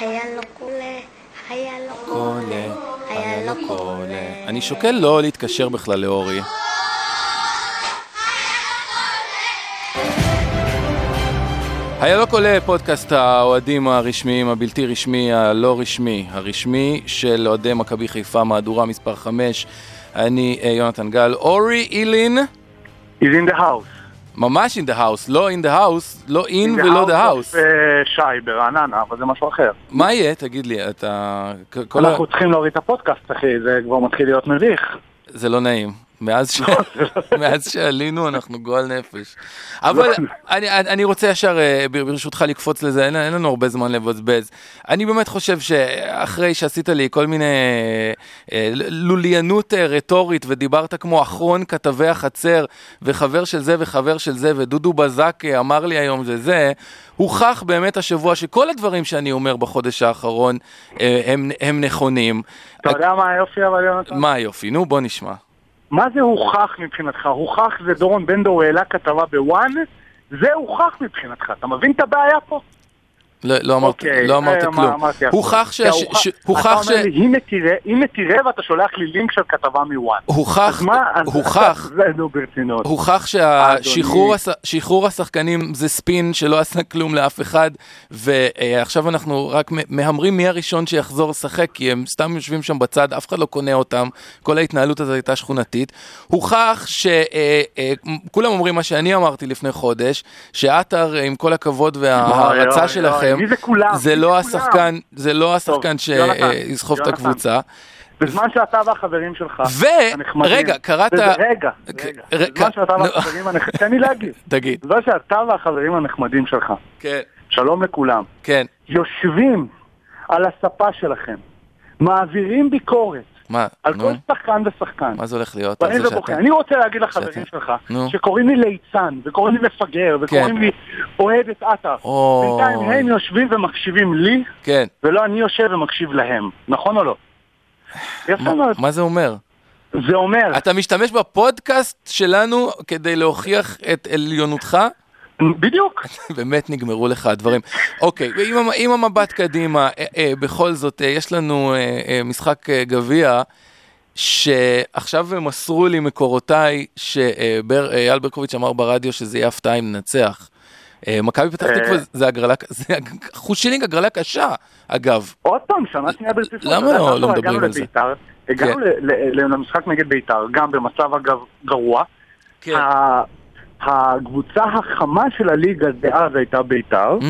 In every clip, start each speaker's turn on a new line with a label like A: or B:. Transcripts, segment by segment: A: היה לו קולה, היה לו
B: קולה,
A: היה לו קולה.
B: אני שוקל לא להתקשר בכלל לאורי. היה לא קולה פודקאסט האוהדים הרשמיים, הבלתי רשמי, הלא רשמי, הרשמי של אוהדי מכבי חיפה, מהדורה מספר 5. אני אה, יונתן גל, אורי אילין,
C: He's in the house.
B: ממש in the house, לא in the house, לא in
C: In the
B: ולא the
C: house.
B: house.
C: אה, שי ברעננה, אבל זה משהו אחר.
B: מה יהיה? תגיד לי, אתה... כ- כל ה-
C: אנחנו צריכים להוריד את הפודקאסט, אחי, זה כבר מתחיל להיות מביך.
B: זה לא נעים. מאז, ש... מאז שעלינו אנחנו גועל נפש. אבל אני, אני אני רוצה ישר אה, בר- ברשותך לקפוץ לזה, אין, אין לנו הרבה זמן לבזבז. אני באמת חושב שאחרי שעשית לי כל מיני אה, ל- לוליינות אה, רטורית ודיברת כמו אחרון כתבי החצר וחבר של זה וחבר של זה ודודו בזק אה, אמר לי היום זה זה, הוכח באמת השבוע שכל הדברים שאני אומר בחודש האחרון אה, הם, הם נכונים. אה,
C: אתה יודע מה היופי אבל יונתן?
B: מה יופי, נו בוא נשמע.
C: מה זה הוכח מבחינתך? הוכח זה דורון בן דור העלה כתבה בוואן, זה הוכח מבחינתך. אתה מבין את הבעיה פה?
B: לא, לא אמרת,
C: אוקיי,
B: לא אמרת
C: אה, מה
B: כלום.
C: אמרתי עכשיו?
B: הוכח ש...
C: אתה
B: ש-
C: הוכח-
B: ש- הוכח ש...
C: אתה אומר לי, הנה תראה, הנה תראה ואתה שולח לי לינק של כתבה מוואן.
B: הוכח,
C: אז מה? אז-
B: הוכח,
C: זה נו ברצינות.
B: הוכח
C: אדוני.
B: ששחרור השחקנים זה ספין שלא עשה כלום לאף אחד, ועכשיו אנחנו רק מ- מהמרים מי הראשון שיחזור לשחק, כי הם סתם יושבים שם בצד, אף אחד לא קונה אותם, כל ההתנהלות הזאת הייתה שכונתית. הוכח שכולם אומרים מה שאני אמרתי לפני חודש, שעטר, עם כל הכבוד
C: אוי, אוי,
B: וההערצה
C: אוי,
B: שלכם,
C: אה, מי זה כולם?
B: זה
C: מי זה
B: לא
C: כולם?
B: השחקן, זה לא השחקן
C: יונתן,
B: שיסחוב את
C: יונתן.
B: הקבוצה.
C: בזמן שאתה והחברים שלך,
B: ו-
C: הנחמדים,
B: רגע, קראת-
C: בזה- רגע,
B: ק-
C: רגע,
B: ר-
C: בזמן
B: ק-
C: שאתה
B: נו.
C: והחברים הנחמדים, תן לי להגיד,
B: תגיד.
C: בזמן שאתה והחברים הנחמדים שלך,
B: כן.
C: שלום לכולם,
B: כן.
C: יושבים על הספה שלכם, מעבירים ביקורת
B: מה?
C: על
B: נו?
C: כל שחקן ושחקן,
B: מה זה הולך להיות? על
C: באים
B: זה
C: ובוכים.
B: שאתה-
C: אני רוצה להגיד לחברים
B: שאתה-
C: שלך,
B: נו. כן.
C: שקוראים לי ליצן, וקוראים לי מפגר, וקוראים לי אוהד את עטף,
B: אוי.
C: בינתיים הם יושבים ומקשיבים לי,
B: כן.
C: ולא אני יושב ומקשיב להם, נכון או לא? יפה
B: מה-
C: מאוד,
B: מה זה אומר?
C: זה אומר,
B: אתה משתמש בפודקאסט שלנו כדי להוכיח את עליונותך?
C: בדיוק.
B: באמת נגמרו לך הדברים. אוקיי, ועם המ- עם המבט קדימה, אה, אה, בכל זאת, אה, יש לנו אה, אה, משחק אה, גביע, שעכשיו הם מסרו לי אה, מקורותיי, שאייל ברקוביץ' אמר ברדיו שזה יהיה הפתעה אם ננצח. אה, מכבי פתח
C: אה.
B: תקווה זה הגרלה, ק- זה הג- חושילינג הגרלה קשה, אגב.
C: עוד פעם, שנה שנייה ברציפות.
B: למה
C: אתה יודע,
B: לא-
C: אנחנו
B: לא
C: הגענו
B: מדברים על זה?
C: לביתר, הגענו
B: כן.
C: ל- ל- ל- למשחק נגד ביתר, גם במצב אגב גרוע.
B: כן.
C: כן.
B: אה,
C: ה- הקבוצה החמה של הליגה דאז הייתה ביתר,
B: Mm,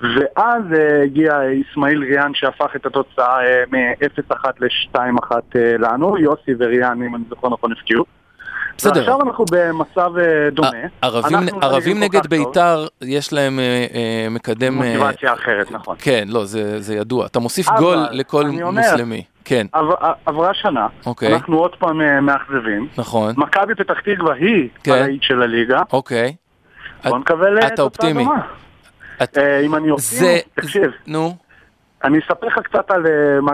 C: ואז אה, הגיע אסמאעיל ריאן שהפך את התוצאה אה, מ-0-1 ל-2-1 אה, לנו, יוסי וריאן, אם אני זוכר נכון, הפקיעו.
B: בסדר,
C: ועכשיו אנחנו במצב אה, דומה.
B: ערבים,
C: אנחנו
B: ערבים
C: נראים כל
B: נגד
C: כך טוב.
B: ביתר, יש להם אה, אה, מקדם... אה,
C: מוטיבציה אחרת, נכון.
B: כן, לא, זה, זה ידוע. אתה מוסיף
C: אבל,
B: גול לכל
C: אני אומר-
B: מוסלמי. כן,
C: עבר- עברה שנה,
B: אוקיי,
C: אנחנו עוד פעם אה, מאכזבים.
B: נכון.
C: מכבי פתח תקווה היא
B: כן.
C: הלהיט של הליגה,
B: אוקיי.
C: בוא נקווה
B: אתה
C: לתוצאה
B: אופטימי.
C: דומה.
B: את-
C: אה, אם אני
B: זה...
C: אופטימי, תקשיב,
B: נו,
C: אני אספר לך קצת על... אה, מה-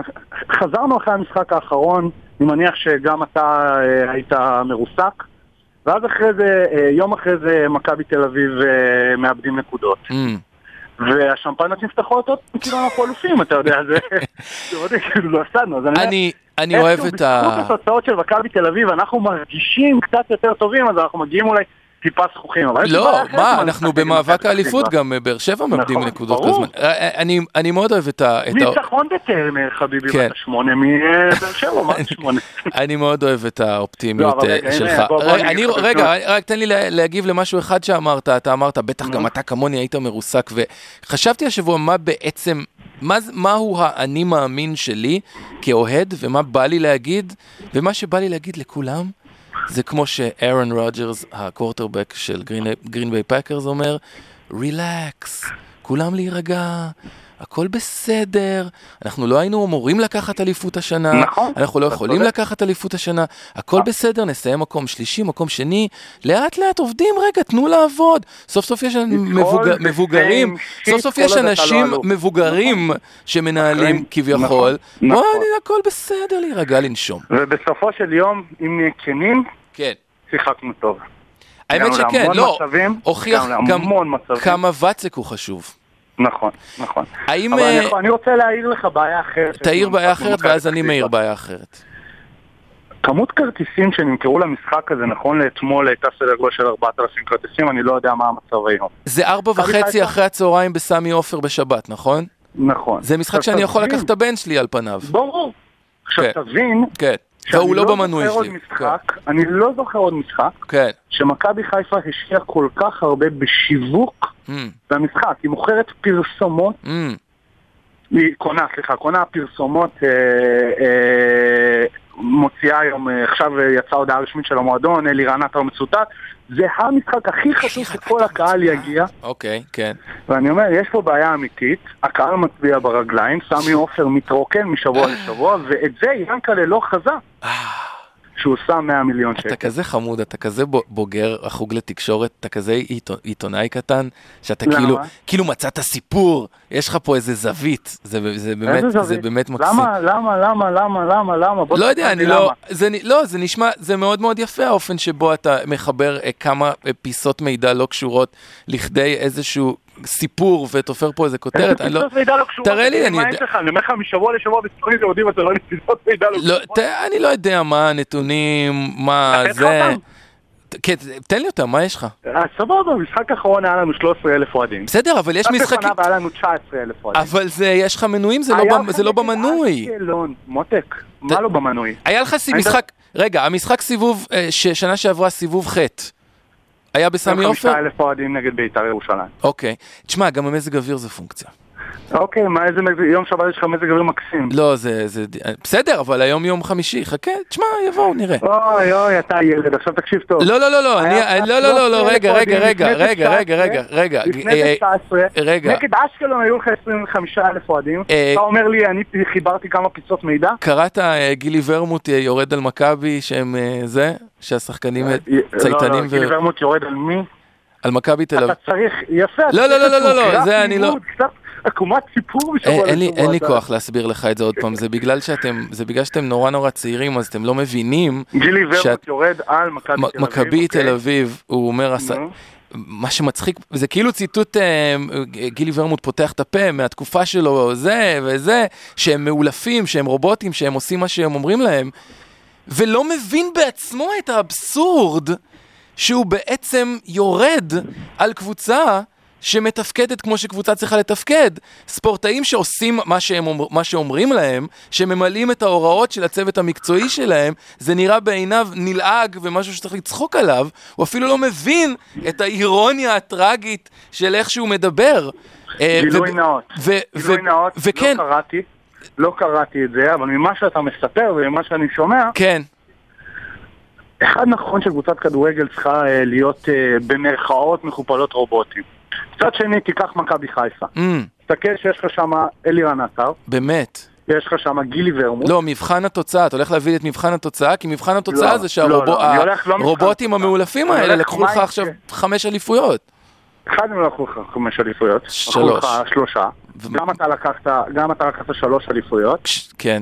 C: חזרנו אחרי המשחק האחרון, אני מניח שגם אתה אה, היית מרוסק, ואז אחרי זה, אה, יום אחרי זה, מכבי תל אביב אה, מאבדים נקודות.
B: אמ,
C: והשמפנות נפתחות עוד, כאילו אנחנו אלופים, אתה יודע, זה... זה מאוד כאילו לא הפסדנו, אז אני... אומר,
B: אני, אני אוהב את
C: אה, איכשהו
B: ה...
C: בזכות התוצאות של מכבי תל אביב אנחנו מרגישים קצת יותר טובים, אז אנחנו מגיעים אולי טיפה זכוכים. אבל יש לי
B: לא,
C: בעיה אחרת
B: מה,
C: עם
B: אנחנו
C: המשחק נגד
B: במאבק
C: מכבי
B: האליפות,
C: פתח תקווה.
B: גם אה, באר שבע מאבדים
C: נכון,
B: נקודות כל
C: ברור.
B: הזמן. אה, אה, אני- אני מאוד אוהב את ה... את ה-
C: ניצחון בטרנר, חביבי,
B: כן.
C: כן. שמונה מבאר שבע, מה זה שמונה?
B: אני מאוד אוהב את האופטימיות
C: לא, אבל
B: אה,
C: רגע, הנה,
B: שלך.
C: בוא- בוא
B: רגע,
C: אני
B: אני-
C: אגיד לך
B: רגע,
C: בקצרה.
B: רק תן לי לה- להגיב למשהו אחד שאמרת. אתה אמרת, בטח גם אתה כמוני היית מרוסק, וחשבתי השבוע מה בעצם, מה זה- מהו האני מאמין שלי כאוהד, ומה בא לי להגיד, ומה שבא לי להגיד לכולם, זה כמו שאירון רוג'רס, הקוורטרבק של גרין ביי פאקרס אומר, רילקס, כולם להירגע. הכל בסדר, אנחנו לא היינו אמורים לקחת אליפות השנה,
C: נכון.
B: אנחנו לא
C: אתה
B: יכולים
C: צודק.
B: לקחת אליפות השנה,
C: אה.
B: הכל בסדר, נסיים מקום שלישי, מקום שני, לאט לאט עובדים, רגע, תנו לעבוד. סוף סוף יש מבוג...
C: the same
B: מבוגרים,
C: shit
B: סוף סוף
C: כל
B: יש
C: עוד אתה לא
B: אנשים
C: אלוף.
B: מבוגרים שמנהלים
C: אחראים.
B: כביכול,
C: נכון,
B: בוא,
C: נכון.
B: הכל בסדר, להירגע, לנשום.
C: ובסופו של יום, אם נהיה כנים,
B: כן.
C: שיחקנו טוב.
B: האמת
C: הגענו
B: שכן,
C: להמון
B: לא,
C: מצבים,
B: הוכיח
C: הגענו
B: גם
C: להמון מצבים.
B: כמה ואצק הוא חשוב.
C: נכון, נכון.
B: האם...
C: אבל
B: אה,
C: אני, יכול- אני רוצה להעיר לך בעיה אחרת.
B: תעיר בעיה אחרת
C: במכבי
B: ואז אני
C: פתח
B: מעיר
C: תקווה.
B: בעיה אחרת.
C: כמות כרטיסים שנמכרו למשחק הזה נכון לאתמול הייתה סדר גודל של 4,000 כרטיסים, אני לא יודע מה המצב היום.
B: זה ארבע
C: מכבי
B: וחצי
C: חיפה.
B: אחרי הצהריים בסמי עופר בשבת, נכון?
C: נכון.
B: זה משחק
C: עכשיו,
B: שאני יכול
C: תבין,
B: לקחת את הבן שלי על פניו.
C: ברור. עכשיו
B: כן.
C: תבין,
B: כן.
C: שאני
B: והוא לא במנוי
C: זוכר עוד
B: שלי.
C: משחק, אני לא זוכר עוד משחק
B: כן.
C: שמכבי חיפה השקיעה כל כך הרבה בשיווק
B: כן. אמ,
C: במשחק. היא מוכרת פרסומות
B: אמ,
C: היא קונה, סליחה, קונה פרסומות, אה, אה, מוציאה היום, אה, עכשיו אה, יצאה הודעה רשמית של המועדון, אלירן עטר לא מצוטט, זה המשחק הכי חשוב שכל הקהל יגיע,
B: אוקיי, כן.
C: ואני אומר, יש פה בעיה אמיתית, הקהל מצביע ברגליים, סמי עופר מתרוקן משבוע לשבוע, ואת זה ינקלה לא חזה,
B: אה,
C: שהוא שם 100 מיליון שקל.
B: אתה כזה חמוד, אתה כזה בו- בוגר החוג לתקשורת, אתה כזה עיתו- עיתונאי קטן, שאתה
C: למה?
B: כאילו, כאילו מצאת סיפור, יש לך פה איזה זווית, זה- זה באמת,
C: איזה
B: זה
C: זווית?
B: באמת מקסים.
C: למה, למה, למה, למה, למה, למה? בוא
B: לא
C: תספר
B: יודע,
C: לי
B: אני לא,
C: למה.
B: זה, נ- לא, זה נשמע, זה מאוד מאוד יפה האופן שבו אתה מחבר אה, כמה אה, פיסות מידע לא קשורות לכדי איזשהו סיפור ותופר פה איזה כותרת, אני לא,
C: נסיבות מידע לא קשורות,
B: תראה לי,
C: מה
B: אני
C: יש
B: יודע-
C: לך? אני אומר לך, משבוע לשבוע בספרים זה יודעים, אתה לא נסיבות מידע לא
B: לא, ת, אני לא יודע מה הנתונים, מה
C: לתת לך
B: זה,
C: אותם?
B: ת- כן, תן לי אותם, מה יש לך?
C: אז אה, סבבה, במשחק האחרון היה לנו 13,000 אוהדים.
B: בסדר, אבל יש
C: משחק
B: משחקים,
C: לפניו היה לנו 19,000 אוהדים.
B: אבל זה, יש לך מנויים, זה לא,
C: לא היה
B: במ,
C: לך
B: זה לא
C: נגד
B: במנוי.
C: אשקלון, מותק, מה לא במנוי?
B: היה לך סי-
C: אני
B: משחק, רגע, המשחק סיבוב, אה, ששנה שעברה סיבוב ח', היה בסמי עופר?
C: 25,000 אוהדים נגד בית"ר ירושלים.
B: אוקיי. תשמע, גם המזג אוויר זה פונקציה.
C: אוקיי, מה איזה מזג- יום שבת יש לך מזג אוויר מקסים.
B: לא, זה, זה, בסדר, אבל היום יום חמישי, חכה, תשמע, יבואו, נראה.
C: אוי אוי, אתה ילד, עכשיו תקשיב טוב.
B: לא, לא, לא, לא,
C: היה
B: אני,
C: לך
B: לא, לא, לא, לא,
C: 13,000
B: רגע, רגע,
C: אוהדים
B: רגע,
C: לפני
B: רגע, רגע, רגע,
C: 19,000,
B: רגע,
C: לפני 19,
B: אה, רגע.
C: נגד אשקלון היו לך 25,000 אוהדים,
B: אה,
C: אתה אומר לי, אני חיברתי כמה פיצות מידע?
B: קראת אה, גילי ורמוט אה, יורד על מכבי שהם אה, זה, שהשחקנים אה,
C: לא,
B: צייתנים
C: לא,
B: ו-
C: גילי ורמוט יורד על מי?
B: על מכבי תל אביב.
C: אתה צריך, יפה. אתה
B: לא, לא,
C: צריך
B: לא, לא,
C: איזשהו
B: לא,
C: גרף
B: זה אני לא-
C: לימוד, קצת עקומת סיפור
B: אה,
C: בשבוע
B: אין לי-
C: לשבוע,
B: אין לי
C: אתה-
B: כוח להסביר לך את זה עוד פעם, זה בגלל שאתם, זה בגלל שאתם נורא נורא צעירים, אז אתם לא מבינים.
C: גילי ורמוט
B: שאת-
C: יורד על מכבי תל
B: מ-
C: אביב.
B: מכבי
C: אוקיי?
B: תל אביב, הוא אומר, הס-
C: נו.
B: מה שמצחיק, זה כאילו ציטוט, אה, גילי ורמוט פותח את הפה מהתקופה שלו, זה וזה, שהם מאולפים, שהם רובוטים, שהם עושים מה שהם אומרים להם, ולא מבין בעצמו את האבסורד שהוא בעצם יורד על קבוצה שמתפקדת כמו שקבוצה צריכה לתפקד. ספורטאים שעושים מה, שהם, אומר- מה שאומרים להם, שממלאים את ההוראות של הצוות המקצועי שלהם, זה נראה בעיניו נלעג ומשהו שצריך לצחוק עליו, הוא אפילו לא מבין את האירוניה הטראגית של איך שהוא מדבר. אה,
C: גילוי
B: וב-
C: נאות.
B: ו-
C: גילוי
B: ו-
C: נאות,
B: וכן,
C: לא קראתי. לא קראתי את זה, אבל ממה שאתה מספר וממה שאני שומע,
B: כן,
C: אחד נכון שקבוצת כדורגל צריכה אה, להיות אה, במרכאות מכופלות רובוטים. מצד שני, תיקח מכבי חיפה.
B: אמ,
C: תסתכל שיש לך שם אלירן עטר,
B: באמת.
C: יש לך שם גילי ורמוט.
B: לא, מבחן התוצאה, אתה הולך להביא לי את מבחן התוצאה, כי מבחן התוצאה
C: לא,
B: זה
C: לא, לא, אני הולך לא מבחן
B: שהרובוטים
C: התוצאה.
B: המאולפים
C: אני
B: האלה
C: הולך כן.
B: לקחו לך
C: מה
B: עכשיו
C: יקרה.
B: חמש אליפויות.
C: אחד הם לא לקחו לך חמש אליפויות, לקחו
B: שלוש.
C: לך שלושה.
B: ו-
C: גם אתה לקחת, גם אתה לקחת שלוש אליפויות.
B: כש- כן.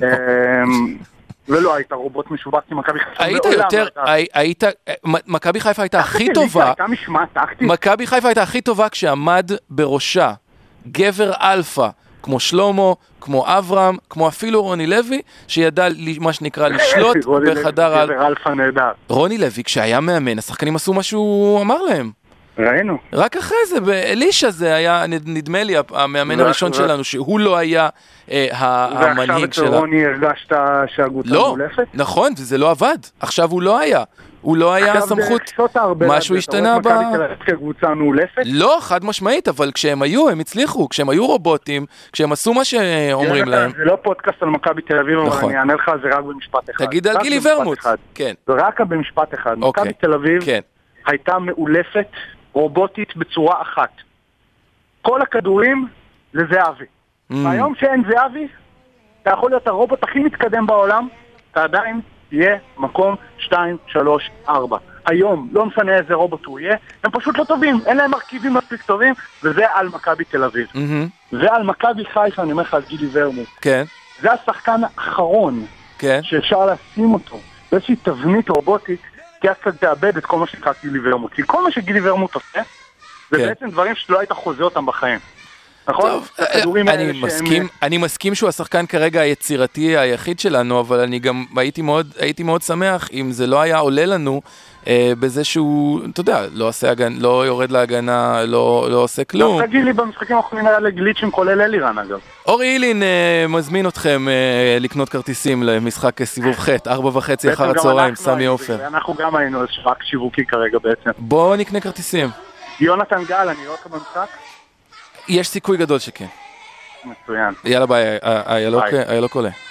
C: אמ, ולא היית רובוט משובץ עם מכבי חיפה.
B: היית
C: מעולם לא
B: יותר,
C: הייתה.
B: הי- היית, מ- מכבי חיפה הייתה הכי
C: טקטית,
B: טובה,
C: הייתה משמעת טקטית.
B: מכבי חיפה הייתה הכי טובה כשעמד בראשה גבר אלפא, כמו שלמה, כמו אברהם, כמו אפילו רוני לוי, שידע ל- מה שנקרא לשלוט
C: רוני לוי,
B: בחדר ה...
C: גבר אלפא נהדר.
B: רוני לוי, כשהיה מאמן, השחקנים עשו מה שהוא אמר להם.
C: ראינו.
B: רק אחרי זה, באלישע זה היה, נד- נדמה לי, המאמן
C: ו-
B: הראשון
C: ו-
B: שלנו, שהוא לא היה אה, ה-
C: ועכשיו
B: המנהיג
C: אצל
B: שלה.
C: רוני הרגשת שהקבוצה
B: לא,
C: מולפת?
B: נכון, וזה לא עבד. עכשיו הוא לא היה. הוא לא היה
C: עכשיו
B: הסמכות.
C: דרך שוטה הרבה
B: משהו
C: לאט, אתה רואה
B: השתנה
C: את
B: ב-
C: מכבי תל אביב כקבוצה מאולפת?
B: לא, חד משמעית, אבל כשהם היו, הם הצליחו. כשהם היו רובוטים, כשהם עשו מה שאומרים
C: יונתן,
B: להם.
C: זה לא פודקאסט על מכבי תל אביב, אבל
B: נכון.
C: אני אענה לך על זה רק במשפט אחד.
B: תגיד על
C: רק
B: גילי
C: במשפט
B: ורמוט.
C: אחד.
B: כן,
C: רק במשפט אחד.
B: אוקיי.
C: מכבי תל אביב
B: כן.
C: הייתה מאולפת רובוטית בצורה אחת. כל הכדורים לזהבי.
B: Mm.
C: והיום שאין זהבי, אתה יכול להיות הרובוט הכי מתקדם בעולם, אתה עדיין תהיה מקום 2, 3, 4. היום, לא משנה איזה רובוט הוא יהיה, הם פשוט לא טובים, אין להם מרכיבים מספיק טובים, וזה על מכבי תל אביב.
B: מהמם,
C: זה על מכבי חיפה, אני אומר לך על גילי ורמוט.
B: כן,
C: זה השחקן האחרון
B: כן.
C: שאפשר לשים אותו באיזושהי תבנית רובוטית, כי אז אתה תאבד את כל מה שנקרא גילי ורמוט. כי כל מה שגילי ורמוט עושה, זה
B: כן.
C: בעצם דברים שלא היית חוזה אותם בחיים. נכון?
B: טוב, אה,
C: הכדורים
B: אני
C: האלה שהם- אה,
B: מסכים, אני מסכים שהוא השחקן כרגע היצירתי היחיד שלנו, אבל אני גם הייתי מאוד, הייתי מאוד שמח אם זה לא היה עולה לנו אה, בזה שהוא, אתה יודע, לא, עושה הגנ... לא יורד להגנה, לא, לא עושה כלום.
C: גם תגיד לי, במשחקים האחרונים היה לגליצ'ים כולל אלירן אגב.
B: אורי אילין אה, מזמין אתכם אה, לקנות כרטיסים למשחק סיבוב ח', ארבע וחצי אחר
C: בעצם גם
B: הצהריים,
C: אנחנו
B: סמי
C: היינו,
B: עופר.
C: אנחנו גם היינו איזה שרק שיווקי כרגע בעצם.
B: בואו נקנה כרטיסים.
C: יונתן גל, אני רואה אותך במשחק?
B: יש סיכוי גדול שכן.
C: מצוין.
B: יאללה ביי, אה, ה- ה- היילוק
C: ביי.
B: היילוק עולה.